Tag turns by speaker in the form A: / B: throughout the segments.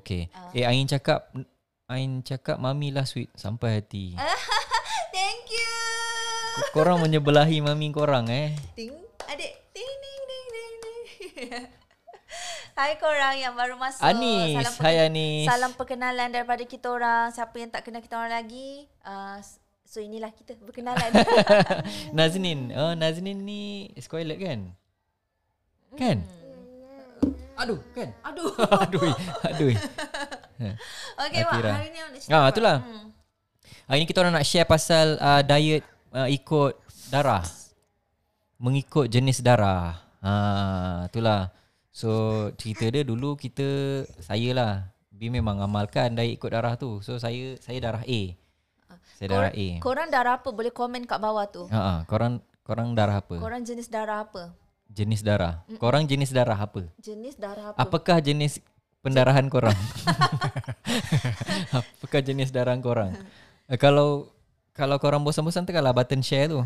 A: Okay.
B: Ah.
A: Uh. Eh, Ain cakap Ain cakap mami lah sweet sampai hati.
B: Thank you.
A: korang menyebelahi mami korang eh.
B: Ting, adik. Ting, ting, ting, ting, ting. Hai korang yang baru masuk.
A: Anis,
B: Salam
A: hai
B: perken-
A: Anis.
B: Salam perkenalan daripada kita orang. Siapa yang tak kenal kita orang lagi. Uh, so inilah kita berkenalan.
A: Naznin. Oh, Naznin ni squalet kan? Kan?
B: Hmm.
A: Aduh, kan? Aduh. aduh. Aduh.
B: okay, Wak.
A: Atira.
B: Hari ni awak nak cerita
A: Ah,
B: apa?
A: itulah.
B: Hmm.
A: Hari ni kita orang nak share pasal uh, diet uh, ikut darah. Mengikut jenis darah. Ha, itulah. So cerita dia dulu kita saya lah Bi memang amalkan diet ikut darah tu. So saya saya darah A. Saya darah A.
B: Korang darah apa? Boleh komen kat bawah tu.
A: Ha ah, korang korang darah apa?
B: Korang jenis darah apa?
A: Jenis darah. Korang jenis darah apa?
B: Jenis darah apa?
A: Apakah jenis pendarahan korang? Apakah jenis darah korang? Eh, kalau kalau korang bosan-bosan tekanlah button share tu.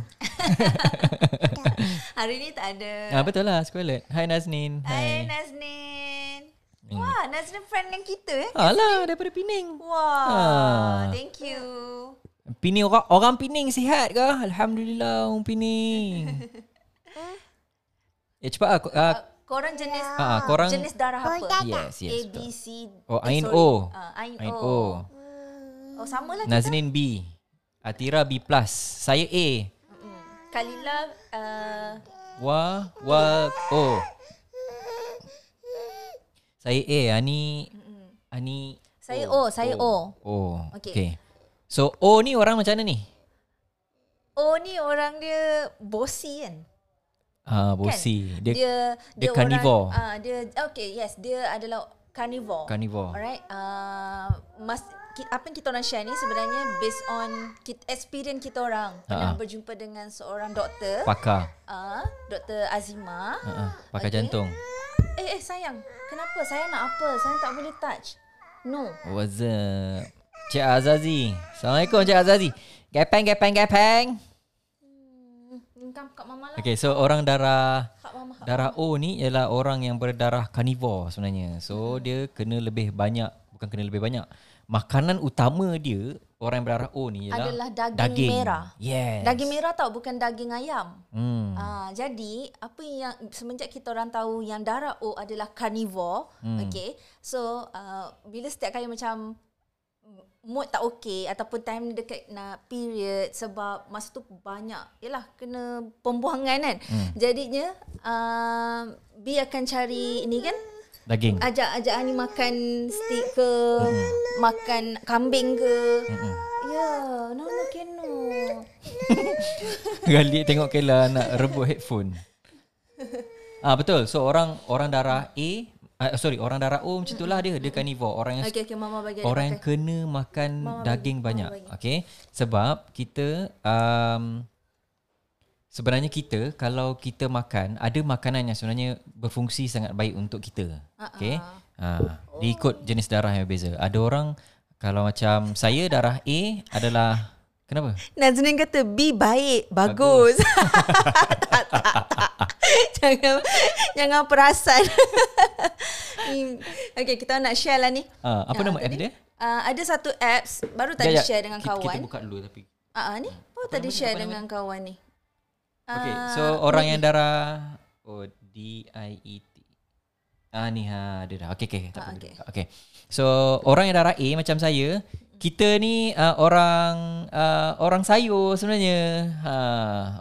B: Hari ni tak ada.
A: Ah betul lah Scarlett. Hai Naznin.
B: Hai Naznin.
A: Hmm.
B: Wah, Naznin friend dengan kita eh.
A: Alah daripada Pening.
B: Wah, thank you.
A: Pening orang orang Pening sihat ke? Alhamdulillah orang Pening. eh cepat ah, ko- ah
B: Korang jenis
A: Ah, korang-
B: jenis darah apa?
A: yes
B: A
A: yes.
B: B C.
A: Oh
B: eh,
A: Ain
B: sorry.
A: O.
B: Ah, Ain
A: Ain
B: O.
A: O.
B: Oh, sama lah.
A: Naznin B. Atira B+. Saya A.
B: Mm. Kalila uh,
A: Wa wa O. Saya A. Ani Ani
B: saya O, saya O.
A: O.
B: Okey.
A: Okay. So O ni orang macam mana ni?
B: O ni orang dia bosi kan?
A: Ah, bosi. Dia, dia
B: dia
A: dia carnivore.
B: Orang, uh, dia okay, yes, dia adalah carnivore.
A: carnivore.
B: Alright. Uh, mas ki- apa yang kita orang share ni sebenarnya based on kita, experience kita orang pernah
A: Ha-ha.
B: berjumpa dengan seorang doktor,
A: Pakar.
B: uh, Dr. Azima.
A: Uh-uh, pakar
B: Okey.
A: jantung.
B: Eh eh sayang, kenapa? Saya nak apa? Saya tak boleh touch. No.
A: What's up? Cik Azazi. Assalamualaikum Cik Azazi. Gepeng, gepeng, gepeng.
B: Engkau kat mama lah.
A: Okay, so orang darah
B: Kat mama.
A: darah O ni ialah orang yang berdarah carnivore sebenarnya. So dia kena lebih banyak, bukan kena lebih banyak. Makanan utama dia orang yang berdarah O ni ialah
B: Adalah daging merah.
A: Yes.
B: Daging merah tau bukan daging ayam.
A: Hmm.
B: Ah, jadi apa yang semenjak kita orang tahu yang darah O adalah carnivore, hmm. okay. So uh, bila setiap kali macam mood tak okay ataupun time dekat nak period sebab masa tu banyak yalah kena pembuangan kan. Hmm. Jadinya uh, B akan cari ini kan
A: Daging.
B: ajak-ajak Ani makan steak ke, hmm. makan kambing ke. Hmm. Ya, yeah, no no cannot.
A: Galik tengok Kela nak rebut headphone. Ah betul. So orang orang darah A, ah, sorry, orang darah O macam itulah dia, dia carnivore. Orang yang
B: Okay, okay, mama bagi adik
A: orang yang
B: makan.
A: kena makan daging banyak. Okey. Sebab kita um, sebenarnya kita kalau kita makan ada makanan yang sebenarnya berfungsi sangat baik untuk kita. Okey. Ha, dia ikut jenis darah yang berbeza. Ada orang kalau macam saya darah A adalah kenapa?
B: Nazrin kata B baik, bagus. tak, tak, tak. jangan jangan perasan. Hmm. okay, kita nak share lah ni.
A: Ah, apa nama app dia?
B: Uh, ada satu apps baru tadi
A: Jap, jap.
B: share dengan
A: Kita- Kita
B: kawan.
A: buka dulu tapi
B: Ah uh, ni baru tadi share dengan kawan ni. Ah.
A: Okay, so orang yang darah oh D I E T. Ah ni ha ada dah. Okay okay tak
B: Ah,
A: apa.
B: okey.
A: Okay. okay. So orang yang darah A macam saya, kita ni uh, orang uh, orang sayur sebenarnya. Ha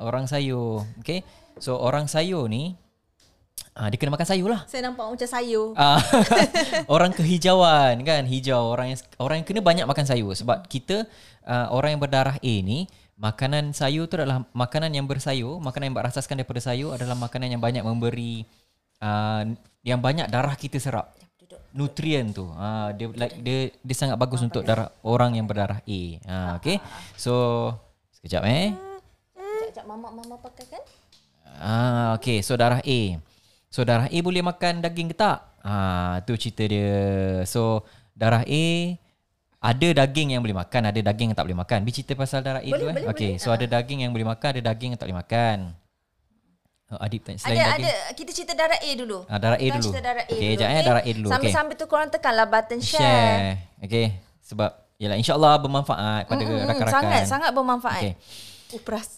A: orang sayur. Okay. So orang sayur ni ah dia kena makan sayur lah.
B: Saya nampak macam sayur.
A: Ah, orang kehijauan kan hijau orang yang orang yang kena banyak makan sayur sebab kita uh, orang yang berdarah A ni makanan sayur tu adalah makanan yang bersayur makanan yang berasaskan daripada sayur adalah makanan yang banyak memberi uh, yang banyak darah kita serap
B: Duduk.
A: nutrien tu ha, dia like dia dia sangat bagus untuk darah orang yang berdarah A ha okey so sekejap eh
B: Jap jap mama mama pakai kan?
A: Ah, okay. So darah A. So darah A boleh makan daging ke tak? Ah, tu cerita dia. So darah A ada daging yang boleh makan, ada daging yang tak boleh makan. Bi cerita pasal darah A boleh, dulu eh. Boleh, okay, so ada daging yang boleh makan, ada daging yang tak boleh makan. Oh, Adib tanya
B: Ada
A: selain ada,
B: ada
A: daging.
B: kita cerita darah A dulu.
A: Ada. Ah, darah A
B: Korang
A: dulu.
B: cerita darah Kan A
A: okay,
B: dulu. eh.
A: Jangan darah A dulu. okay.
B: Sambil-sambil tu korang tekanlah lah button share. Hmm,
A: share. Okay. Sebab yalah insya-Allah bermanfaat eh, pada
B: Mm-mm,
A: rakan-rakan.
B: Sangat sangat bermanfaat.
A: Okay.
B: Oh, peras.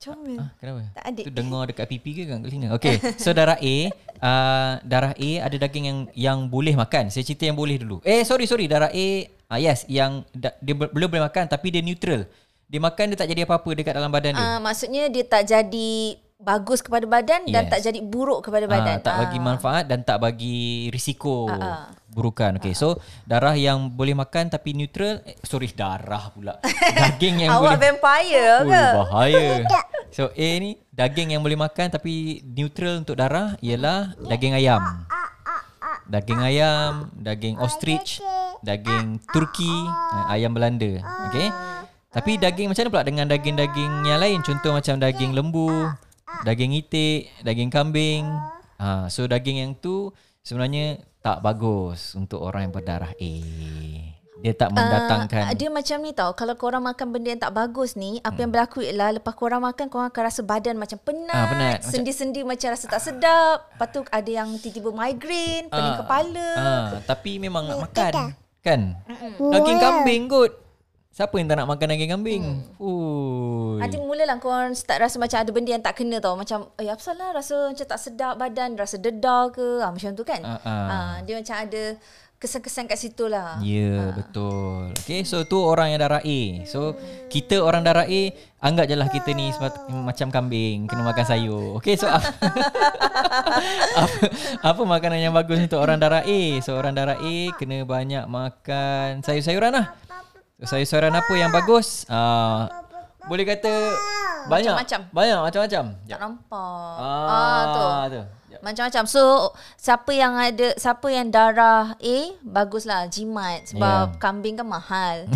B: Comel.
A: Ah, kenapa?
B: Tak ada.
A: Tu dengar dekat pipi ke kat telinga? Okay. So darah A, uh, darah A ada daging yang yang boleh makan. Saya cerita yang boleh dulu. Eh, sorry sorry, darah A ah yes, yang da, dia be- belum boleh makan tapi dia neutral. Dia makan dia tak jadi apa-apa dekat dalam badan dia.
B: Ah, maksudnya dia tak jadi bagus kepada badan dan
A: Yes.
B: tak jadi buruk kepada
A: Ah,
B: badan. Ah,
A: tak bagi manfaat dan tak bagi risiko burukan. Okey, so darah yang boleh makan tapi neutral, eh, sorry darah pula. Daging yang
B: Awak
A: boleh
B: vampire
A: Ui,
B: ke?
A: bahaya. So A ni daging yang boleh makan tapi neutral untuk darah ialah daging ayam. Daging ayam, daging ostrich, daging Turki, eh, ayam Belanda. Okay. Tapi daging macam mana pula dengan daging-daging yang lain? Contoh macam daging lembu, daging itik, daging kambing. Ha, so daging yang tu sebenarnya tak bagus untuk orang yang berdarah A. Dia tak mendatangkan
B: Ah, Dia macam ni tau Kalau korang makan benda yang tak bagus ni Apa yang berlaku ialah Lepas korang makan Korang akan rasa badan macam penat,
A: Hmm. Ah, penat. Macam-
B: Sendi-sendi macam rasa tak sedap Lepas tu ada yang tiba-tiba migraine Pening kepala
A: Ah, tapi memang nak makan. Kan? Daging kambing kot. Siapa yang tak nak makan daging kambing? Ui.
B: Nanti mulalah korang start rasa macam ada benda yang tak kena tau Macam eh apa salah rasa macam tak sedap badan Rasa dedar ke ah, Macam tu kan
A: Ah, ah.
B: Ah, Dia macam ada kesan-kesan kat situ lah
A: Ya, yeah, betul. Okay, so tu orang yang darah A. So, kita orang darah A, anggap je lah kita ni semat- macam kambing, kena makan sayur. Okay, so apa, apa, apa makanan yang bagus untuk orang darah A? So, orang darah A kena banyak makan sayur-sayuran lah. So, sayur-sayuran apa yang bagus? Uh, boleh kata banyak.
B: Macam-macam.
A: Banyak, macam-macam. Ya.
B: Tak nampak
A: Ah, Ya.
B: tu
A: tu. Jap.
B: Macam-macam. So siapa yang ada siapa yang darah A baguslah jimat
A: Ya.
B: sebab yeah. kambing kan mahal.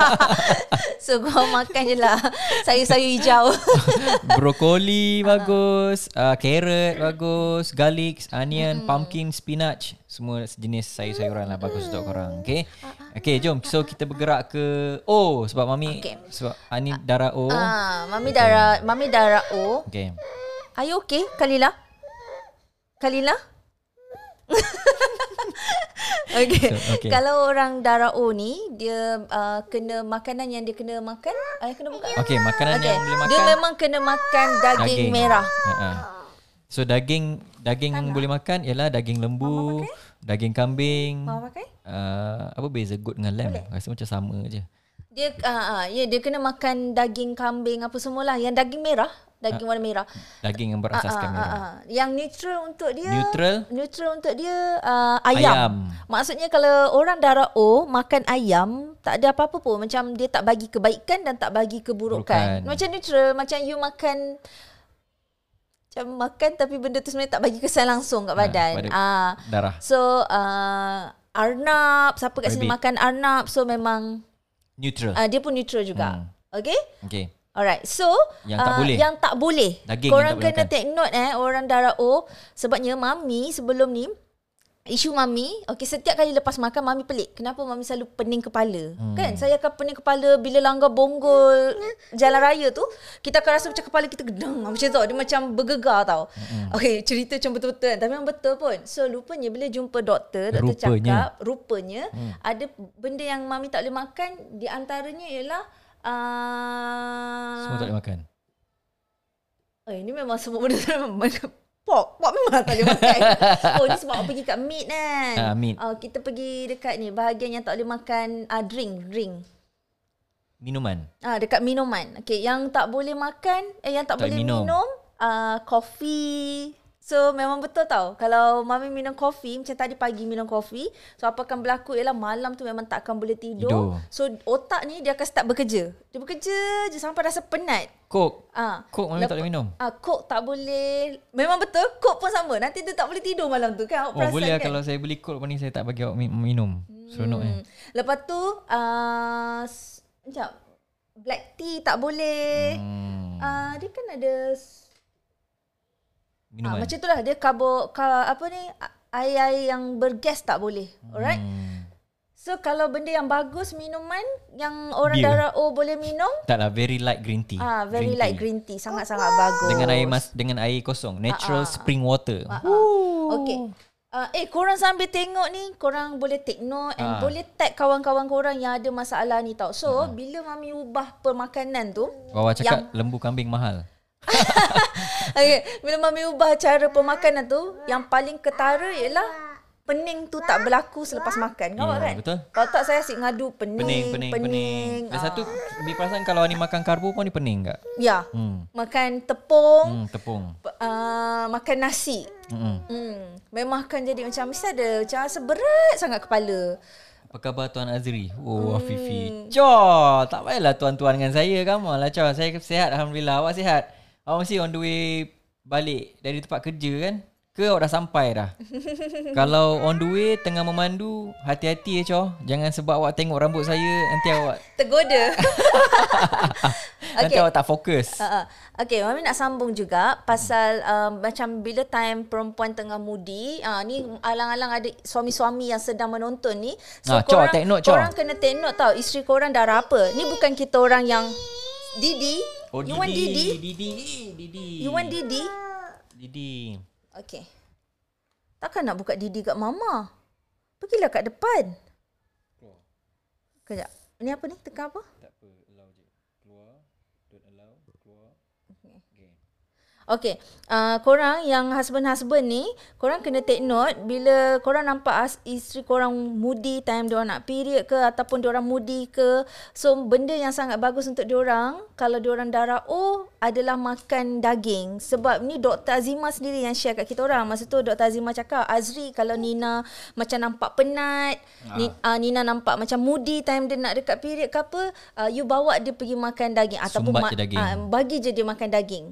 B: so kau makan je lah sayur-sayur hijau. Ah.
A: Brokoli bagus, uh, carrot
B: Hmm.
A: bagus, garlic, onion, pumpkin, spinach, semua jenis sayur-sayuran lah bagus
B: Hmm.
A: untuk korang.
B: Ah,
A: Okay? Okay, jom. So kita bergerak ke O sebab mami
B: Okay.
A: sebab ani darah O.
B: ah, mami darah mami darah O.
A: Okay.
B: Are you okay Kalila? Kalila? okay.
A: So, okay.
B: okay. Kalau orang darah O ni dia uh, kena makanan yang dia kena makan, uh, kena buka.
A: Okay, makanan
B: Okay.
A: yang boleh makan.
B: Dia memang kena makan daging, merah.
A: Ha-ha. So daging daging yang boleh makan ialah daging lembu, daging kambing.
B: Mau pakai?
A: Uh, apa beza goat dengan lamb? Rasa macam sama je.
B: Dia uh, ya dia kena makan daging kambing apa semualah yang daging merah, daging warna merah.
A: Daging yang berasaskan Ah.
B: Ah,
A: merah.
B: ah, ah. yang neutral untuk dia
A: Neutral?
B: neutral untuk dia uh, ayam.
A: Ayam.
B: ayam. Maksudnya kalau orang darah O makan ayam tak ada apa-apa pun macam dia tak bagi kebaikan dan tak bagi keburukan.
A: Keburukan.
B: Macam neutral macam you makan macam makan tapi benda tu sebenarnya tak bagi kesan langsung kat badan.
A: pada-
B: Ah
A: Darah.
B: so uh, arnab siapa kat sini
A: Rabbit.
B: makan arnab so memang
A: Neutral.
B: uh, dia pun neutral
A: Hmm.
B: juga. Okay?
A: Okay.
B: Alright. So uh,
A: Yang tak boleh.
B: Yang tak boleh.
A: Daging
B: Korang
A: yang tak boleh
B: kena
A: makan.
B: take note eh orang darah O sebabnya mami sebelum ni isu mami, okey setiap kali lepas makan mami pelik. Kenapa mami selalu pening kepala? Hmm. Kan? Saya akan pening kepala bila langgar bonggol jalan raya tu, kita akan rasa macam kepala kita gedang macam tu. Dia macam bergegar tau. Hmm. Okey, cerita macam betul-betul kan. Tapi memang betul pun. So lupanya bila jumpa doktor, doktor
A: Rupanya.
B: cakap rupanya hmm. ada benda yang mami tak boleh makan di antaranya ialah
A: Semua
B: uh,
A: tak boleh makan.
B: Eh, ni memang semua benda tu memang Pork, pork memang tak boleh makan. oh, ni sebab awak pergi kat meat kan?
A: Ah, meat.
B: Oh, kita pergi dekat ni, bahagian yang tak boleh makan uh, drink, drink.
A: Minuman.
B: Ah, dekat minuman. Okay, yang tak boleh makan, eh, yang tak,
A: Tak
B: boleh
A: minum.
B: minum, minum uh, kopi. So, memang betul tau. Kalau mami minum kopi, macam tadi pagi minum kopi, so apa akan berlaku ialah malam tu memang tak akan boleh tidur.
A: Tidur.
B: tidur. So, otak ni dia akan start bekerja. Dia bekerja je sampai rasa penat.
A: Kok.
B: Ah,
A: Kok mami tak boleh minum.
B: Ah, kok tak boleh. Memang betul, kok pun sama. Nanti dia tak boleh tidur malam tu
A: Oh
B: kan. Awak perasan
A: boleh lah
B: kan?
A: kalau saya beli kok ni saya tak bagi awak mi- minum. Seronok eh.
B: Hmm. Lepas tu, ah, s- sekejap. Black tea tak boleh.
A: Hmm.
B: Eh, Ah, dia kan ada s- ah,
A: Minuman.
B: macam tu lah dia karbo ka, apa ni a- air-air yang bergas tak boleh. Alright.
A: Hmm.
B: So kalau benda yang bagus minuman yang orang
A: Beer.
B: darah O boleh minum,
A: Taklah lah, very light green tea.
B: ah very light green tea Ah, sangat-sangat bagus.
A: Dengan air mas dengan air kosong, natural spring water.
B: Uh, okay.
A: Oh.
B: Uh, eh korang sambil tengok ni Korang boleh take
A: Ah.
B: note And boleh tag kawan-kawan korang Yang ada masalah ni tau So bila Mami ubah permakanan tu
A: Wawa cakap lembu kambing mahal.
B: okay, Bila Mami ubah cara pemakanan tu Yang paling ketara ialah Pening tu tak berlaku selepas makan Kau
A: Ya,
B: kan?
A: betul.
B: Kalau tak saya asyik ngadu Pening,
A: Pening, pening, pening. Dan
B: Ah.
A: satu, Bi perasan kalau ni makan karbo pun ni pening tak?
B: Ya
A: Hmm.
B: Makan
A: Hmm,
B: tepung
A: tepung.
B: uh, Makan nasi
A: Hmm.
B: Hmm, memang akan jadi macam mesti ada macam rasa berat sangat kepala.
A: Apa khabar Tuan Azri?
B: Hmm.
A: Oh, Afifi. Cor, tak payahlah tuan-tuan dengan saya. Kamu lah, Cor. Saya sihat, Alhamdulillah. Awak sihat? Awak mesti on the way balik dari tempat kerja kan? Ke awak dah sampai dah? Kalau on the way, tengah memandu, hati-hati ya, Cor. Jangan sebab awak tengok rambut saya, nanti awak
B: Tergoda.
A: nanti awak tak fokus.
B: Uh, okay, Mami nak sambung juga pasal um, macam bila time perempuan tengah mudi, uh, ni alang-alang ada suami-suami yang sedang menonton ni.
A: Ah,
B: So
A: Cor, take note, Cor.
B: korang kena take note tau, isteri korang darah apa. Ni bukan kita orang yang Didi. Uh, you want Didi?
A: Oh, Didi. Didi.
B: You want Didi?
A: Didi.
B: Okay. Takkan nak buka Didi kat Mama. Pergilah kat depan. Kejap. Ni apa ni? Tekan apa? Okay, uh, korang yang husband-husband ni, korang kena take note bila korang nampak as, isteri korang moody time diorang nak period ke ataupun diorang moody ke. So, benda yang sangat bagus untuk diorang kalau diorang darah O adalah makan daging. Sebab ni Dr. Azima sendiri yang share kat kita orang. Masa tu Dr. Azima cakap, Azri kalau Nina macam nampak penat,
A: Ah.
B: ni, uh, Nina nampak macam moody time dia nak dekat period ke apa, uh, you bawa dia pergi makan daging. Ataupun
A: Sumbat je daging.
B: ah, bagi je dia makan daging.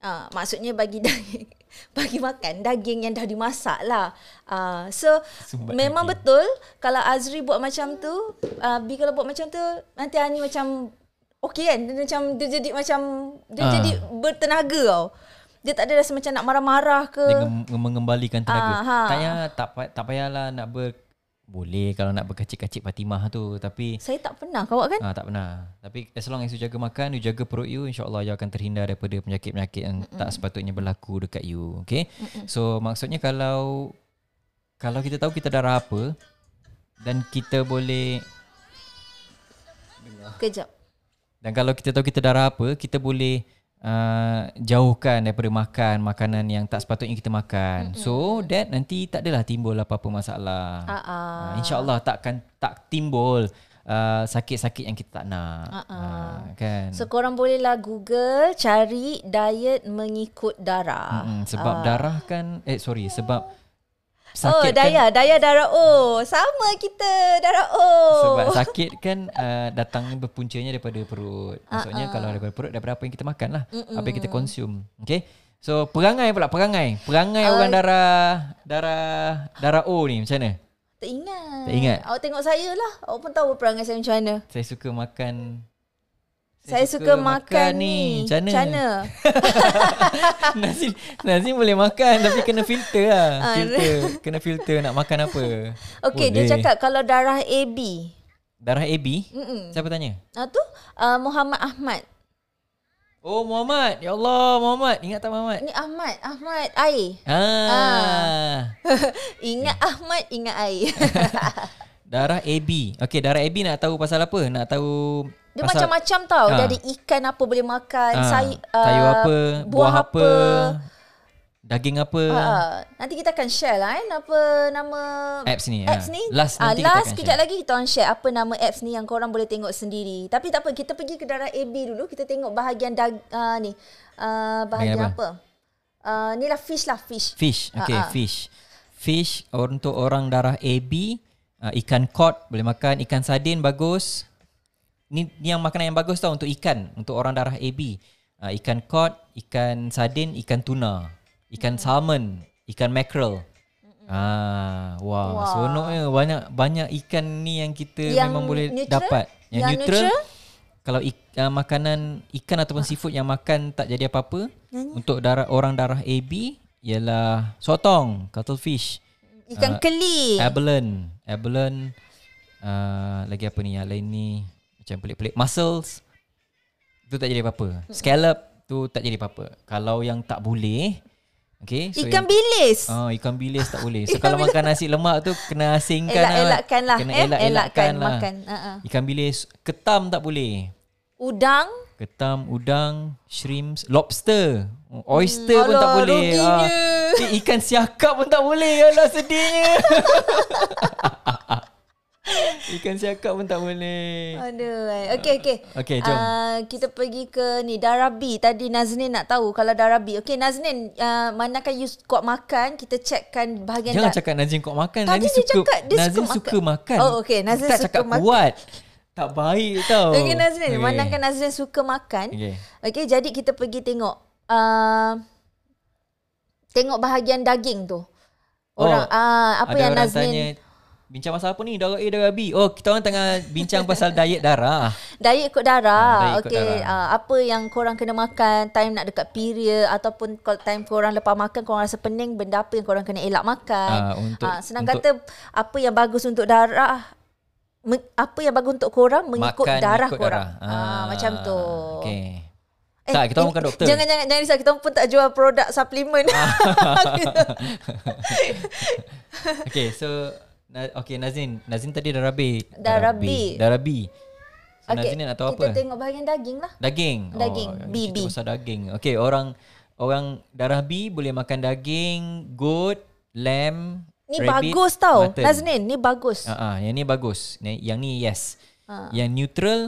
B: Uh, maksudnya bagi daging bagi makan daging yang dah dimasak lah. Uh, so
A: Sumbat
B: memang betul kalau Azri buat macam tu, uh, Bi kalau buat macam tu nanti Ani macam okey kan dia macam dia jadi macam dia
A: Ah.
B: jadi bertenaga tau. Dia tak ada rasa macam nak marah-marah ke.
A: Dengan mengembalikan tenaga.
B: Ah, ha.
A: Tak payah, tak, pay- tak payahlah nak ber... Boleh kalau nak berkacik-kacik Fatimah tu. Tapi
B: Saya tak pernah kau buat kan?
A: Ah tak pernah. Tapi as long as you jaga makan, you jaga perut you, insyaallah you akan terhindar daripada penyakit-penyakit yang mm tak sepatutnya berlaku dekat you. Okay? Mm-mm. So maksudnya kalau kalau kita tahu kita darah apa dan kita boleh Ah.
B: Kejap.
A: dan kalau kita tahu kita darah apa, kita boleh uh, jauhkan daripada makan makanan yang tak sepatutnya kita makan. Mm-mm. So that nanti tak adalah timbul apa-apa masalah.
B: Ah, ah.
A: Uh, InsyaAllah takkan tak timbul uh, sakit-sakit yang kita tak nak.
B: Ah,
A: Uh, kan?
B: So korang bolehlah Google cari diet mengikut darah.
A: Mm, sebab uh. darah kan eh sorry sebab
B: ah. Oh,
A: sakit kan
B: daya, daya darah O. Sama kita darah O.
A: sebab
B: Oh.
A: sakit kan uh, datang berpuncanya daripada perut.
B: Ah,
A: Maksudnya uh, uh. kalau daripada perut daripada apa yang kita makan lah. Mm-mm. Apa yang kita consume. Okay. So perangai pula perangai. Perangai
B: Ah,
A: uh,
B: eh.
A: orang darah darah darah O ni macam mana?
B: Tak ingat.
A: Tak ingat.
B: Awak tengok saya lah. Awak pun tahu perangai saya macam mana.
A: Saya suka makan
B: Saya, suka, makan, ni.
A: Macam mana? Nazim, Nazim boleh makan tapi kena filter lah. Filter. Kena filter nak makan apa.
B: Ah, Okey, dia
A: Boleh.
B: cakap kalau darah AB.
A: Darah AB?
B: Mm-mm.
A: Siapa tanya?
B: Ah tu uh, Muhammad Ahmad.
A: Oh Muhammad, ya Allah Muhammad, ingat tak Muhammad?
B: Ni Ahmad, Ahmad air.
A: Ah.
B: ingat
A: Eh.
B: Ahmad, ingat air.
A: Darah AB. Okey, darah AB nak tahu pasal apa? Nak tahu
B: Dia
A: pasal
B: macam-macam tau.
A: Ah.
B: Dia ada ikan apa boleh makan,
A: ah,
B: sayur,
A: sayur apa, buah, buah apa, daging apa.
B: Ah, nanti kita akan share lah kan apa nama
A: Apps ni,
B: Apps
A: ah.
B: ni.
A: Last
B: Ah,
A: nanti kita
B: last
A: akan
B: kejap
A: share.
B: lagi kita orang share apa nama apps ni yang korang boleh tengok sendiri. Tapi tak apa kita pergi ke darah AB dulu kita tengok bahagian dag ah, ni. Ah, bahagian
A: Bahagian
B: apa? Ah, ni lah fish lah fish.
A: Fish. Okey,
B: Ah, ah.
A: fish. Fish untuk orang darah AB, ah, ikan cod boleh makan, ikan sardin bagus. Ni, ni yang makanan yang bagus tau untuk ikan, untuk orang darah AB. Ah, ikan cod, ikan sardin, ikan tuna, ikan
B: Hmm.
A: salmon, ikan mackerel. Ah, wah,
B: Wah.
A: wah. seronoknya banyak banyak ikan ni yang kita
B: Yang
A: memang boleh
B: neutral?
A: dapat. Yang,
B: Yang
A: neutral,
B: neutral?
A: kalau ik, uh, makanan ikan ataupun seafood yang makan tak jadi apa-apa untuk darah orang darah AB ialah sotong, cuttlefish,
B: Ikan keli.
A: abalone, abalone uh, lagi apa ni yang lain ni macam pelik-pelik muscles tu tak jadi apa-apa. Scallop tu tak jadi apa-apa. Kalau yang tak boleh Okay,
B: so ikan bilis.
A: Ah, oh, ikan bilis tak boleh. So kalau makan nasi lemak tu kena asingkan
B: Elak-elakkan lah.
A: Kena
B: eh?
A: elak-elakkan lah.
B: makan. Uh-uh.
A: Ikan bilis, ketam tak boleh.
B: Udang.
A: Ketam, udang, shrimps, lobster, oyster pun tak
B: Hmm, alah,
A: boleh.
B: ruginya.
A: Ah, eh, ikan siakap pun tak boleh. Alah sedihnya. ikan siakap pun tak boleh.
B: Aduh. eh. Okey, okey.
A: Okey, jom.
B: Uh, kita pergi ke ni Darabi. Tadi Nazlin nak tahu kalau Darabi. Okey, Nazlin, uh, manakah you kuat makan? Kita checkkan bahagian
A: Jangan
B: da-
A: cakap Nazim kuat makan.
B: Tadi
A: Nazim
B: dia
A: suka,
B: cakap dia suka
A: Nazim
B: makan.
A: suka makan.
B: Oh, okey. Nazim
A: tak
B: suka
A: cakap
B: makan.
A: kuat. Tak baik tau.
B: Okey Nazrin,
A: Okey.
B: okay. manakah Nazrin suka makan?
A: Okey.
B: Okey, okay, jadi kita pergi tengok uh, tengok bahagian daging tu. Orang
A: Oh,
B: oh, uh, apa
A: Ada
B: yang
A: orang
B: Nazrin
A: tanya, bincang pasal apa ni? Darah A, darah B. Oh, kita orang tengah bincang pasal diet darah.
B: diet ikut
A: Ah,
B: darah.
A: diet ikut
B: Okey,
A: darah.
B: uh, apa yang korang kena makan, time nak dekat period ataupun kalau time korang lepas makan korang rasa pening, benda apa yang korang kena elak
A: Ah,
B: makan.
A: untuk-
B: Ah, senang
A: untuk-
B: kata apa yang bagus untuk darah me- apa yang bagus untuk korang mengikut
A: Makan
B: darah
A: ikut
B: korang.
A: darah.
B: Ah, macam tu. Eh,
A: Okey. tak, kita orang
B: ini-
A: bukan doktor. Ah,
B: Jangan jangan jangan risau kita pun tak jual produk suplemen.
A: okay, so Na- okay Nazrin, Nazrin tadi darah B.
B: Darah B.
A: Darah B. So
B: Okey,
A: Nazrin nak tahu
B: kita
A: apa?
B: tengok bahagian daging lah.
A: Daging.
B: Daging,
A: Oh,
B: B,
A: Kita
B: B.
A: pasal daging. Okey, orang orang darah B boleh makan daging, goat, lamb,
B: Ni
A: rabbit,
B: bagus tau.
A: mutton.
B: Naznin, ni bagus.
A: Ah, ah, yang ni bagus. Yang, yang ni yes.
B: Ah.
A: Yang neutral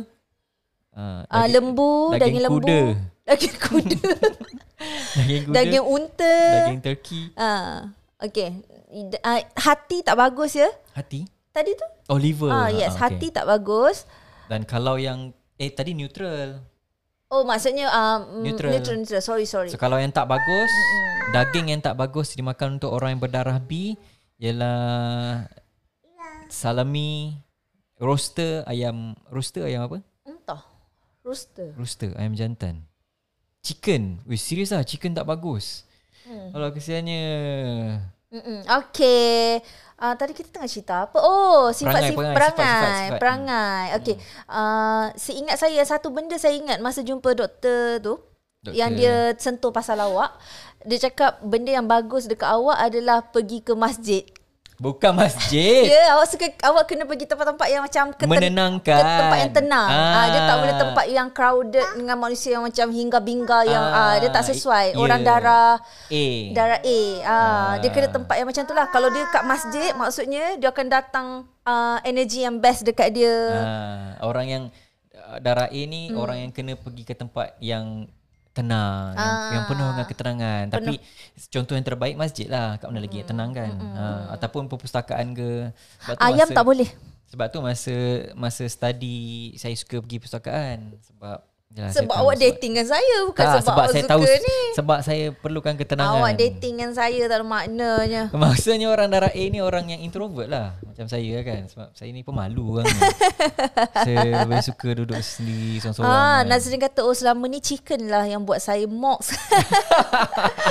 A: ah,
B: Ah, lembu, daging,
A: daging
B: lembu,
A: kuda.
B: daging kuda,
A: daging kuda,
B: daging unta.
A: daging turkey,
B: Ah, okey. I- ah, hati tak bagus ya.
A: hati,
B: Tadi tu?
A: oh liver.
B: Ah, yes, hati tak bagus.
A: Dan kalau yang eh tadi neutral.
B: Oh, maksudnya um,
A: Neutral.
B: neutral. neutral, neutral. Sorry, sorry.
A: So kalau yang tak bagus, daging yang tak bagus dimakan untuk orang yang berdarah B ialah
B: Ya.
A: salami, roaster ayam, roaster ayam apa?
B: Entah. Rooster.
A: Rooster ayam jantan. Chicken. Weh serius lah chicken tak bagus. Hmm. Kalau kesiannya
B: Mm-mm. Okay. Uh, tadi kita tengah cerita apa? Oh,
A: Perangai,
B: sifat
A: perangai,
B: perangai.
A: sifat,
B: Perangai.
A: sifat, sifat. Hmm.
B: perangai. perangai. Okay. Uh, seingat saya, satu benda saya ingat masa jumpa doktor tu.
A: Doktor.
B: Doktor. Yang dia sentuh pasal awak. Dia cakap benda yang bagus dekat awak adalah pergi ke masjid.
A: bukan masjid.
B: Ya, yeah, awak suka awak kena pergi tempat-tempat yang macam keten-
A: Eh. Menenangkan.
B: ke tempat yang tenang.
A: Ah.
B: Ah. dia tak boleh tempat yang crowded dengan manusia yang macam hingga-bingga yang ah. dia tak
A: ya.
B: sesuai. Orang darah
A: A.
B: Darah A. Ah, dia kena tempat yang macam tu lah. Kalau dia kat masjid, maksudnya dia akan datang uh, energi yang best dekat dia.
A: Ah, orang yang uh, darah A ni hmm. orang yang kena pergi ke tempat yang tenang, yang, yang penuh
B: Ah.
A: dengan keterangan. Tapi contoh yang terbaik masjid lah. Kat mana lagi yang tenang kan? Ha, ataupun perpustakaan ke. Sebab tu
B: Hmm, Ayam
A: masa-
B: tak boleh.
A: Sebab tu masa masa study saya suka pergi perpustakaan sebab yalah, saya
B: Sebab
A: tahu
B: awak dating dengan saya bukan
A: tak,
B: sebab, awak
A: saya
B: suka
A: tahu kan.
B: ni.
A: sebab saya perlukan ketenangan.
B: Awak dating dengan saya tak ada maknanya.
A: Maksudnya orang darah A ni orang yang introvert lah Macam saya kan Sebab saya ni pemalu orang ni. Saya lebih suka duduk sendiri Seorang-seorang
B: Ah,
A: kan.
B: Nazrin kata oh selama ni chicken lah yang buat saya mox.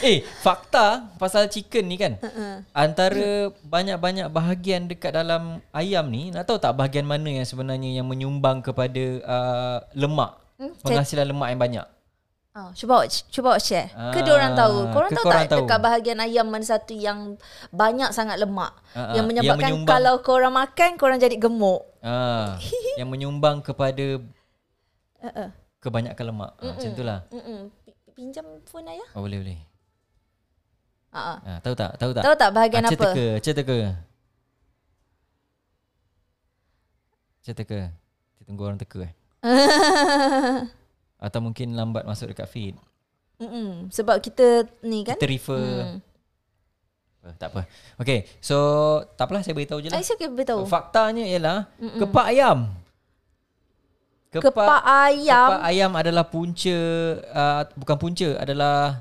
A: Eh fakta pasal chicken ni kan uh-uh. Antara banyak-banyak bahagian dekat dalam ayam ni Nak tahu tak bahagian mana yang sebenarnya Yang menyumbang kepada uh, lemak
B: Hmm,
A: Penghasilan lemak yang banyak
B: ah, cuba awak cuba awak share. Ke
A: Ah,
B: dia orang tahu. Korang
A: ke
B: tahu
A: korang
B: tak
A: tahu?
B: dekat bahagian ayam mana satu yang banyak sangat lemak
A: Ah, ah, yang
B: yang menyebabkan
A: menyumbang.
B: kalau korang makan korang jadi gemuk.
A: ah, Yang menyumbang kepada Kebanyakan lemak ah, Macam tu lah
B: Mm-mm. Pi- Pinjam phone ayah.
A: Oh boleh boleh
B: Ah, ah.
A: ah, Tahu tak? Tahu tak?
B: Tahu tak bahagian
A: Ah,
B: apa?
A: Ceteka, ceteka. Ceteka. Kita tunggu orang teka eh. Atau mungkin lambat masuk dekat feed.
B: Mm-mm. Sebab kita ni kan.
A: Kita refer. Apa, tak apa. Okay, so tak apalah saya beritahu je lah.
B: Aisyah kena beritahu.
A: Faktanya ialah Mm-mm. kepak ayam.
B: Kepak
A: kepak
B: ayam.
A: ayam adalah punca uh, bukan punca adalah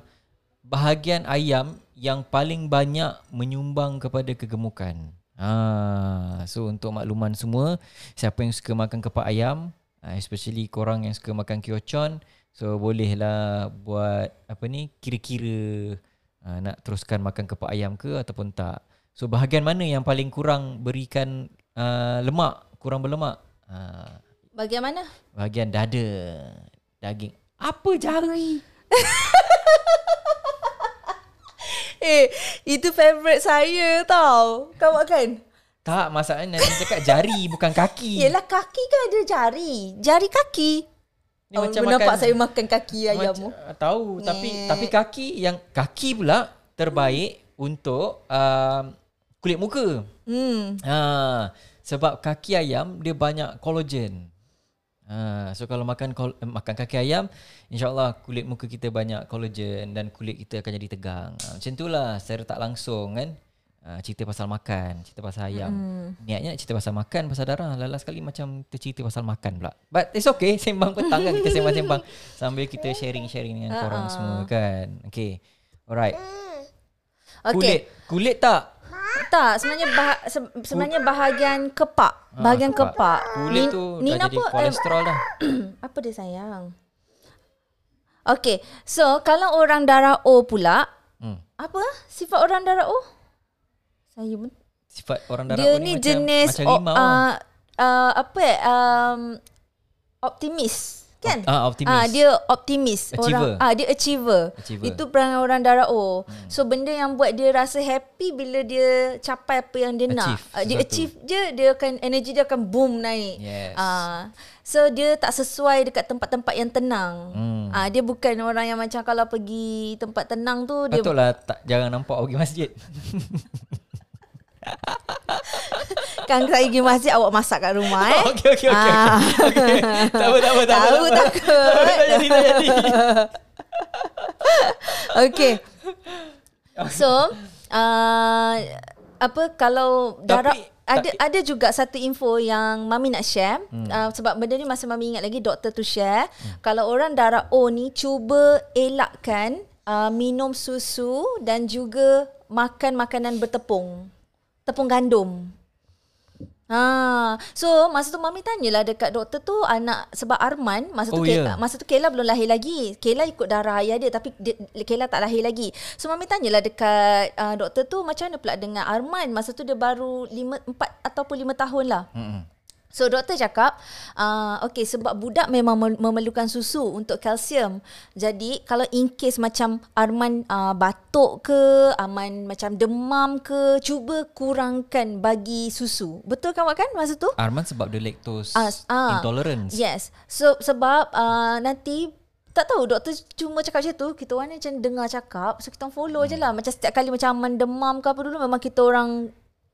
A: bahagian ayam yang paling banyak menyumbang kepada kegemukan. Ha, so untuk makluman semua, siapa yang suka makan kepak ayam, ah, especially korang yang suka makan kiocon, so bolehlah buat apa ni kira-kira ah, nak teruskan makan kepak ayam ke ataupun tak. So bahagian mana yang paling kurang berikan uh, lemak, kurang berlemak. Uh,
B: Bagaimana?
A: bahagian dada, daging. Apa jari?
B: Eh, itu favourite saya tau. Kau buat kan?
A: Tak, masalahnya nanti cakap jari bukan kaki.
B: Yelah kaki kan ada jari. Jari kaki.
A: Ni
B: Oh,
A: macam
B: nampak
A: makan-
B: saya makan kaki ayammu.
A: Mac- tahu tapi tapi kaki yang kaki pula terbaik untuk um, kulit muka.
B: Hmm.
A: Ha sebab kaki ayam dia banyak kolagen. Ha so kalau makan kol- eh, makan kaki ayam insyaallah kulit muka kita banyak kolagen dan kulit kita akan jadi tegang. Ha, macam itulah secara tak langsung kan. Ha, cerita pasal makan, cerita pasal ayam. Mm. Niatnya cerita pasal makan, pasal darah. Lala sekali macam tercerita pasal makan pula. But it's okay, sembang petang kan kita sembang-sembang sambil kita sharing-sharing dengan uh-uh. korang semua kan. Okay. Alright.
B: Okay.
A: Kulit, kulit tak?
B: Tak, sebenarnya bah- se- sebenarnya bahagian kepak. Bahagian kepak.
A: Ah, Kulit
B: Nin-
A: tu dah
B: Nina
A: jadi
B: pun, eh,
A: kolesterol dah.
B: apa dia sayang? Okay, so kalau orang darah O pula,
A: Hmm.
B: apa sifat orang darah O? Saya pun
A: Sifat orang darah
B: dia
A: O
B: ni
A: macam,
B: jenis
A: macam
B: o-
A: limau. lah.
B: uh, uh, apa eh, um, optimis kan?
A: Op- ah, optimis.
B: Ah, dia optimis.
A: Achiever.
B: Orang, ah, dia achiever.
A: Achiever.
B: Itu perangai orang darah O. Hmm. So benda yang buat dia rasa happy bila dia capai apa yang dia nak.
A: Achieve
B: Ah, dia
A: sesuatu.
B: achieve je dia akan energy dia akan boom naik.
A: Yes.
B: Ah, so dia tak sesuai dekat tempat-tempat yang tenang.
A: Hmm.
B: Ah, dia bukan orang yang macam kalau pergi tempat tenang tu dia Eh?
A: Patutlah tak, jangan nampak awak pergi masjid.
B: kan saya pergi masjid awak masak kat rumah eh.
A: okey, okey, okey.
B: Ah.
A: okey. Tak apa, tak apa, tak apa.
B: Tahu takut.
A: Tak jadi, tak jadi.
B: Okay. So, uh, apa kalau darah
A: Tapi-
B: ada ada juga satu info yang mami nak share hmm. uh, sebab benda ni masa mami ingat lagi doktor tu share hmm. kalau orang darah O ni cuba elakkan uh, minum susu dan juga makan makanan bertepung tepung gandum. Ha, so masa tu mami tanyalah dekat doktor tu anak sebab Arman masa
A: Oh,
B: tu oh,
A: ya.
B: masa tu Kela belum lahir lagi. Kela ikut darah ayah dia tapi dia, Kela tak lahir lagi. So mami tanyalah dekat uh, doktor tu macam mana pula dengan Arman masa tu dia baru 5 4 ataupun 5 tahun lah.
A: Mm-mm.
B: So doktor cakap, uh, okay sebab budak memang mem- memerlukan susu untuk kalsium. Jadi kalau in case macam Arman uh, batuk ke, Arman macam demam ke, cuba kurangkan bagi susu. Betul kan Wak kan masa tu?
A: Arman sebab dia lactose
B: Ah, s- ah.
A: intolerance.
B: Yes. So sebab uh, nanti tak tahu doktor cuma cakap macam tu kita orang ni macam dengar cakap so kita orang follow hmm. je lah macam setiap kali macam Arman demam ke apa dulu memang kita orang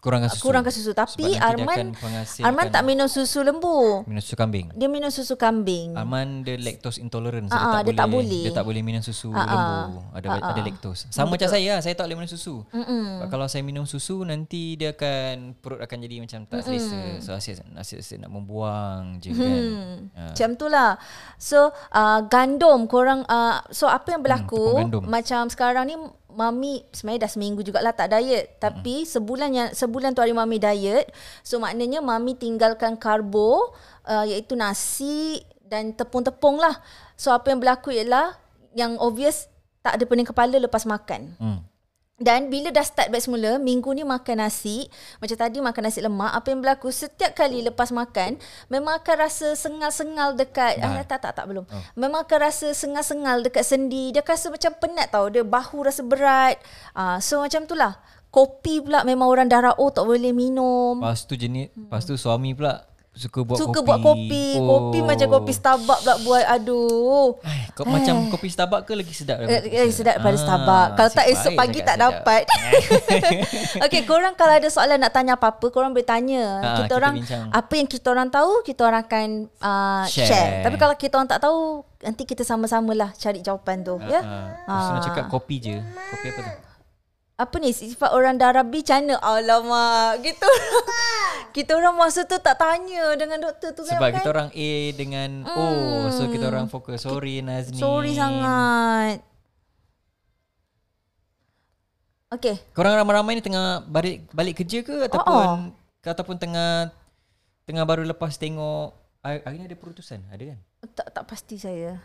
A: Kurangkan susu.
B: kurangkan susu
A: nanti
B: tapi
A: dia akan
B: Arman
A: menghasilkan-
B: Arman tak minum susu lembu
A: Minum susu kambing.
B: dia minum susu kambing
A: Arman dia lactose intolerance
B: Hmm. Ah, ah,
A: dia, tak, boleh,
B: dia tak boleh.
A: dia tak boleh minum susu
B: Ah, ah.
A: lembu ada ada lactose sama macam saya lah, saya tak boleh minum susu Mm-mm. kalau saya minum susu nanti dia akan perut akan jadi macam tak selesa so asyik asyik, asyik nak membuang je
B: Mm-hmm.
A: kan Ah,
B: Macam tu lah. So uh, gandum korang uh, so apa yang
A: tepung
B: berlaku
A: gandum.
B: hmm, macam sekarang ni mami sebenarnya dah seminggu jugalah tak diet tapi hmm. sebulan yang sebulan tu hari mami diet. So maknanya mami tinggalkan karbo uh, iaitu nasi dan tepung-tepung lah. So apa yang berlaku ialah yang obvious tak ada pening kepala lepas makan.
A: hmm.
B: Dan bila dah start back semula, minggu ni makan nasi, macam tadi makan nasi lemak, apa yang berlaku setiap kali lepas makan, memang akan rasa sengal-sengal dekat, ah, tak, tak, tak, belum. Oh. Memang akan rasa sengal-sengal dekat sendi, dia akan rasa macam penat tau, dia bahu rasa berat. Ah, so macam tu lah. Kopi pula memang orang darah O tak boleh minum.
A: lepas tu jenis lepas tu suami pula suka buat
B: Mm. Suka
A: kopi
B: buat kopi, oh. kopi macam kopi Starbucks pula buat, aduh.
A: Ay, Eh, kau macam kopi Starbucks ke lagi sedap daripada kopi
B: Eh, eh, sedap daripada
A: Ah,
B: Starbucks. Kalau tak
A: nasib
B: esok
A: baik
B: pagi
A: cakap
B: tak
A: sedap.
B: dapat. okay, korang kalau ada soalan nak tanya apa-apa, korang boleh tanya.
A: Ha,
B: kita,
A: kita
B: orang
A: bincang.
B: apa yang kita orang tahu, kita orang akan uh,
A: Share.
B: share. share. Tapi kalau kita orang tak tahu, nanti kita sama-samalah cari jawapan tu, ya.
A: Ah, Terus nak cakap kopi je Kopi apa tu?
B: Apa ni sifat orang Darabi macam mana? Alamak, kita orang, kita orang masa tu tak tanya dengan doktor tu
A: Sebab
B: kan. Hmm.
A: kita orang A dengan O So kita orang fokus Sorry Nazmi
B: Sorry sangat. Okay.
A: Korang ramai-ramai ni tengah balik balik kerja
B: Ah,
A: ke ataupun ke ataupun tengah tengah baru lepas tengok hari, hari ni ada perutusan ada kan?
B: Tak tak pasti saya.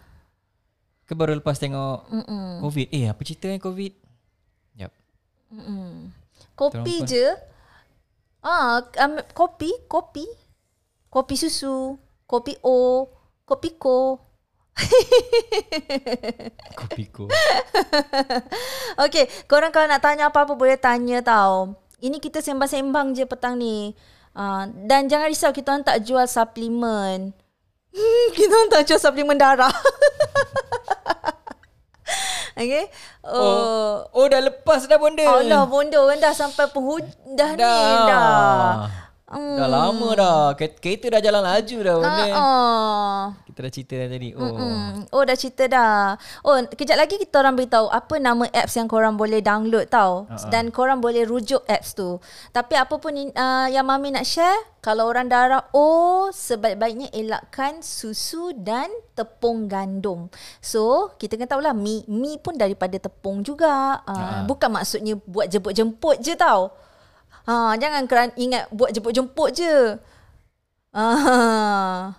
A: Ke baru lepas tengok
B: Mm-mm.
A: COVID. Eh apa cerita eh COVID? Yap.
B: Kopi je Ah, um, kopi, kopi. Kopi susu, kopi O, kopi ko.
A: Kopiko.
B: Okay, korang kalau nak tanya apa-apa boleh tanya tau. Ini kita sembang-sembang je petang ni. Uh, dan jangan risau kita orang tak jual suplemen. Hmm, kita orang tak jual suplemen darah. okay. Oh.
A: Oh dah lepas dah bonda.
B: oh. Allah bondo kan dah sampai penghujung dah, dah ni dah. Hmm.
A: Dah lama dah. Ke- Kereta dah jalan laju dah bonda.
B: Ah, ah.
A: Kita dah cerita dah tadi. Oh.
B: Hmm. Oh dah cerita dah. Oh kejap lagi kita orang beritahu apa nama apps yang korang boleh download tau. Uh-huh. Dan korang boleh rujuk apps tu. Tapi apa pun in- uh, yang mami nak share, kalau orang darah O sebaik-baiknya elakkan susu dan tepung gandum. So kita kan tahulah mi mi pun daripada tepung juga. Uh, uh-huh. Bukan maksudnya buat jemput-jemput je tau. Ha, jangan keran ingat buat jemput-jemput je. Ah.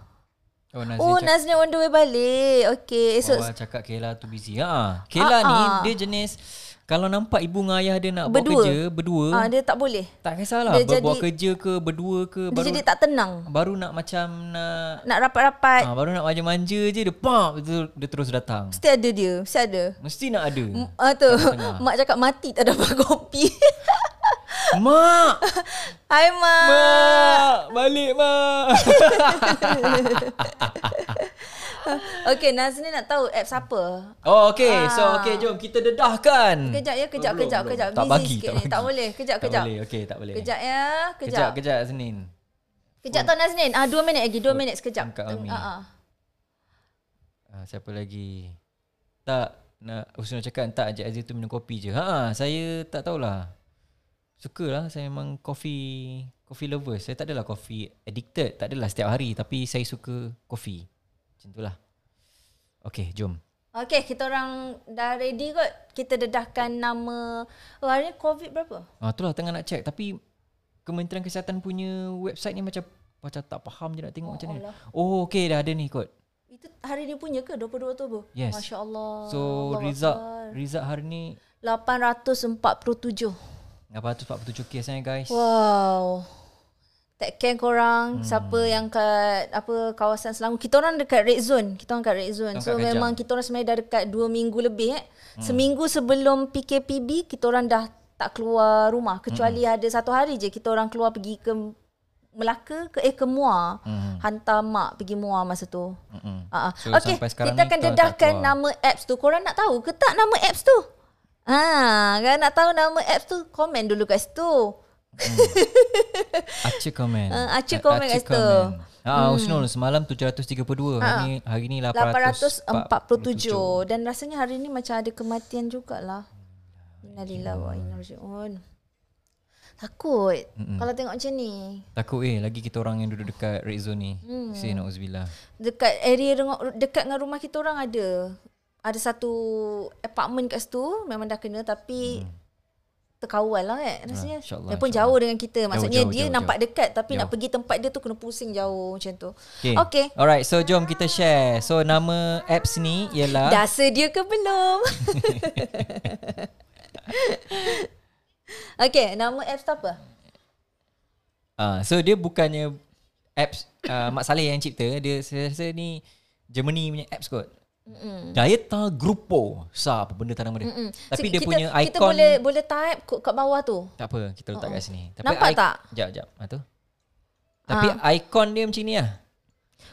A: Oh, Nazir
B: Oh
A: oh, cakap,
B: Nazrin on the way balik Okay
A: so,
B: esok
A: oh, cakap Kela tu busy. Ha. Kela
B: Ah,
A: ni
B: ah.
A: dia jenis kalau nampak ibu dengan ayah dia nak
B: Berdua.
A: buat kerja berdua,
B: ah, Dia tak boleh
A: tak kisahlah
B: dia
A: dia buat
B: jadi-
A: kerja ke berdua ke
B: Dia
A: baru
B: jadi Eh. tak tenang
A: baru nak macam nak
B: Nak rapat-rapat
A: ha, baru nak manja-manja je dia pam dia, dia terus datang.
B: Mesti ada dia Mesti ada
A: Mesti nak ada.
B: Ah tu Mak cakap mati tak dapat kopi
A: Mak,
B: Hai Mak
A: mak, balik mak.
B: Okay Nazrin nak tahu apps apa
A: Oh, okay. So, okay, jom kita dedahkan.
B: Ah. Kejap ya kejap
A: Belum,
B: kejap
A: belum.
B: kejap
A: Tak
B: Busy
A: bagi,
B: sikit
A: tak
B: ni.
A: bagi.
B: Tak boleh kejap
A: Tak
B: kejap
A: boleh. Okay, tak boleh.
B: Kejap ya
A: kejap,
B: Kejap
A: kejap Senin.
B: Kejap tau Nazrin ah, Dua minit lagi Dua minit sekejap
A: angkat Ami.
B: Ah, ah.
A: Ah, siapa lagi? Tak nak Usuna cakap tak Encik Aziz tu minum kopi je. Ha, saya tak tahulah. Sukalah saya memang coffee coffee lover. Saya tak adalah coffee addicted, tak adalah setiap hari tapi saya suka kopi. Macam itulah. Okay, jom.
B: Okay kita orang dah ready kot Kita dedahkan nama Oh hari ni covid berapa?
A: Ah, itulah tengah nak check tapi Kementerian Kesihatan punya website ni macam macam tak faham je nak tengok oh, macam mana. Oh, okay dah ada ni kot.
B: Itu hari ni punya ke 22 Oktober?
A: Yes.
B: Masya Allah.
A: So,
B: Ah, Allah
A: result result hari ni
B: Akbar. 847.
A: 847 kes eh guys.
B: Wow. Take care korang hmm. Siapa yang kat Apa Kawasan Selangor Kita orang dekat red zone Kita orang kat red zone
A: Kita
B: So
A: orang kat
B: memang kita orang sebenarnya Dah dekat 2 minggu lebih eh. hmm. Seminggu sebelum PKPB Kita orang dah Tak keluar rumah Kecuali hmm. ada satu hari je Kita orang keluar pergi ke Melaka ke Eh ke Muar
A: Mm-hmm.
B: hmm. Hantar mak pergi Muar masa tu
A: Mm-mm.
B: Uh-uh.
A: So,
B: So, okay,
A: sampai sekarang ni
B: kita akan
A: kita orang tak
B: dedahkan
A: keluar.
B: nama apps tu. Korang nak tahu ke tak nama apps tu? Ha, kalau nak tahu nama apps tu, komen dulu kat situ.
A: Acha komen.
B: Ah, Acha komen kat situ. Ha.
A: Ha, hmm. Usnul semalam 732, hari ni hari ni 847.
B: 847 dan rasanya hari ni macam ada kematian jugalah. Innalillahi wa inna ilaihi rajiun. Takut Mm-mm. kalau tengok macam ni.
A: Takut eh lagi kita orang yang duduk dekat red zone ni. Hmm. Say nauzubillah.
B: Dekat area dengo- dekat dengan rumah kita orang ada ada satu apartment kat situ memang dah kena tapi hmm. terkawal lah kan rasanya.
A: Ah, insyaAllah,
B: dia pun jauh dengan kita. Maksudnya
A: jauh,
B: dia
A: jauh,
B: nampak
A: jauh.
B: dekat tapi nak
A: Jauh.
B: pergi tempat dia tu kena pusing jauh macam tu. Okay. okay.
A: Alright, so jom kita share. So nama apps ni ialah
B: Dah sedia ke belum? okay, nama apps tu apa?
A: uh, so dia bukannya apps uh, Mak Saleh yang cipta, dia saya rasa ni Germany punya apps kot. Mm. Dieta Grupo Sa apa benda tak nama dia
B: Mm-mm.
A: Tapi
B: So,
A: dia
B: kita,
A: punya icon
B: Kita boleh boleh type kat, kat bawah tu.
A: Tak apa Kita letak kat sini Tapi
B: Oh. Nampak tak? Ah.
A: Sekejap sekejap ha, tu. Tapi ikon dia macam ni lah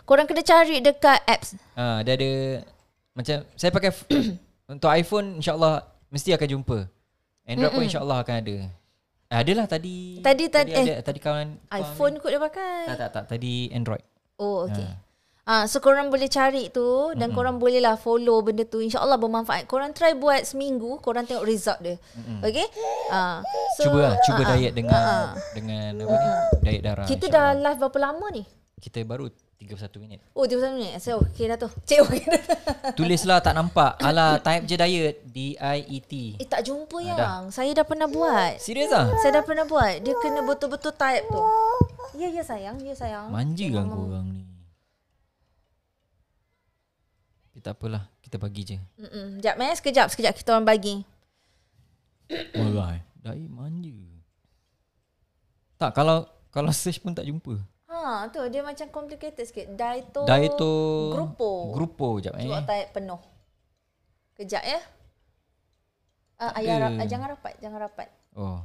B: Korang kena cari dekat apps.
A: Ha, dia ada macam saya pakai f- untuk iPhone insyaallah mesti akan jumpa. Android Mm-mm. pun insyaallah akan ada. Eh, adalah tadi
B: Tadi- tadi-
A: tadi, ada, tadi kawan kawan-
B: iPhone kot dia pakai.
A: tak tak tak tadi Android.
B: Oh,
A: Ya.
B: okay. Ah, so korang boleh cari tu dan mm-hmm. korang boleh lah follow benda tu. InsyaAllah bermanfaat. Korang try buat seminggu, korang tengok result dia. Mm-hmm. Okay? Ah, so,
A: So, cuba lah, cuba
B: ah, ah.
A: diet dengan dengan apa ni? Diet darah.
B: Kita
A: insya-
B: dah live berapa lama ni?
A: kita baru 31 minit.
B: Oh, dia pasal ni. Saya okey dah tu. Cik okey dah.
A: Tulislah tak nampak. Alah type je diet D I E T.
B: Eh tak jumpa yang. Saya dah pernah buat.
A: Serius ah?
B: Saya dah pernah buat. Dia kena betul-betul type tu. Ya ya sayang, ya sayang.
A: Manja kan korang ni. Tapi Eh, tak apalah, kita bagi je.
B: Mm-mm. Sekejap eh, sekejap, sekejap kita orang bagi.
A: Alright. Daik manja. Tak kalau kalau search pun tak jumpa.
B: Ha, tu dia macam complicated sikit. Daito,
A: Daito
B: Grupo.
A: Grupo jap eh.
B: Cuba type penuh. Kejap ya. Uh,
A: Tak
B: ayah
A: ada.
B: rap, ah, jangan rapat, jangan rapat.
A: Oh.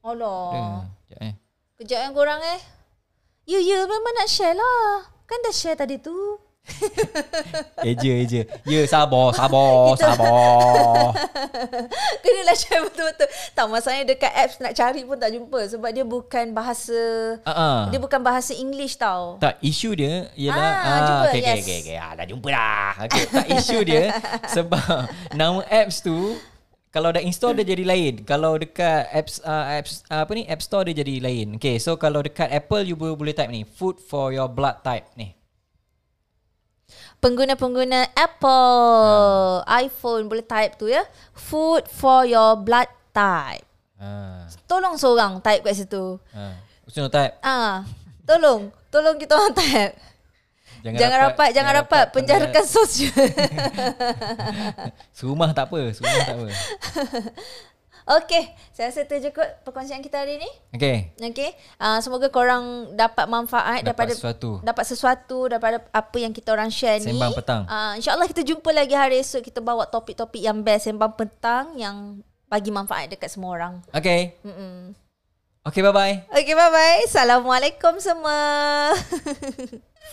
B: Allah.
A: Ada. Jap eh.
B: Kejap yang korang eh. Ya, ya memang nak share lah. Kan dah share tadi tu.
A: Eja eja. Ya sabar sabar sabar.
B: Kenalah lah share betul-betul. Tak masalahnya dekat apps nak cari pun tak jumpa. Sebab dia bukan bahasa...
A: Ah. Uh-uh.
B: Dia bukan bahasa English tau.
A: Tak, isu dia ialah
B: Ah, jumpa,
A: okay,
B: yes.
A: okay, okay, okay, ah, dah jumpa dah. Okay, tak isu dia sebab nama apps tu kalau dah install dia jadi lain. Kalau dekat apps uh, apps uh, apa ni App Store dia jadi lain. Okay, so kalau dekat Apple you boleh, boleh type ni food for your blood type ni.
B: Pengguna-pengguna Apple, iPhone boleh type tu ya. Food for your blood type.
A: Ha.
B: Tolong seorang type kat situ.
A: Ha. Usno type.
B: Ah, tolong. Tolong kita orang type. Jangan, rapat, jangan rapat. Penjarakan sosial.
A: Serumah tak apa, serumah tak apa.
B: Okey, saya rasa itu je kot perkongsian kita hari ni.
A: Okay.
B: Okey, uh, semoga korang dapat
A: Dapat
B: manfaat daripada
A: sesuatu.
B: dapat sesuatu daripada apa yang kita orang share ni.
A: Sembang petang.
B: Uh, InsyaAllah kita jumpa lagi hari esok. Kita bawa topik-topik yang best, sembang petang yang bagi manfaat dekat semua orang.
A: Okay. Okay, bye-bye.
B: Okey, bye-bye. Assalamualaikum semua.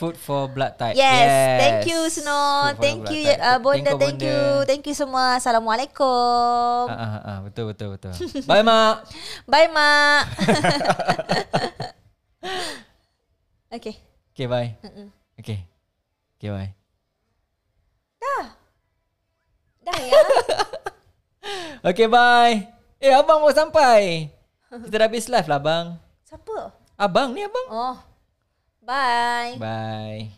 A: Food for blood type.
B: yes, thank you Snow.
A: Food for
B: Thank
A: blood
B: you
A: type.
B: uh, Bonda,
A: kau,
B: thank you. Thank you semua. Assalamualaikum.
A: Ah, ah, ah, betul betul betul. Bye mak.
B: Bye, Mak. Okey.
A: Okay bye. Okay. Okay bye.
B: Dah ya.
A: Okay bye. Eh abang mau sampai. Kita dah habis live lah abang.
B: Siapa?
A: Abang ni abang.
B: Oh. Bye.
A: Bye.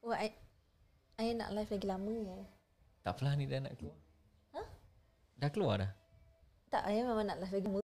B: Oh, I, I nak live lagi lama ya.
A: Tak apalah ni dah nak keluar.
B: Hah?
A: Dah keluar dah.
B: Tak, I memang nak live lagi lama.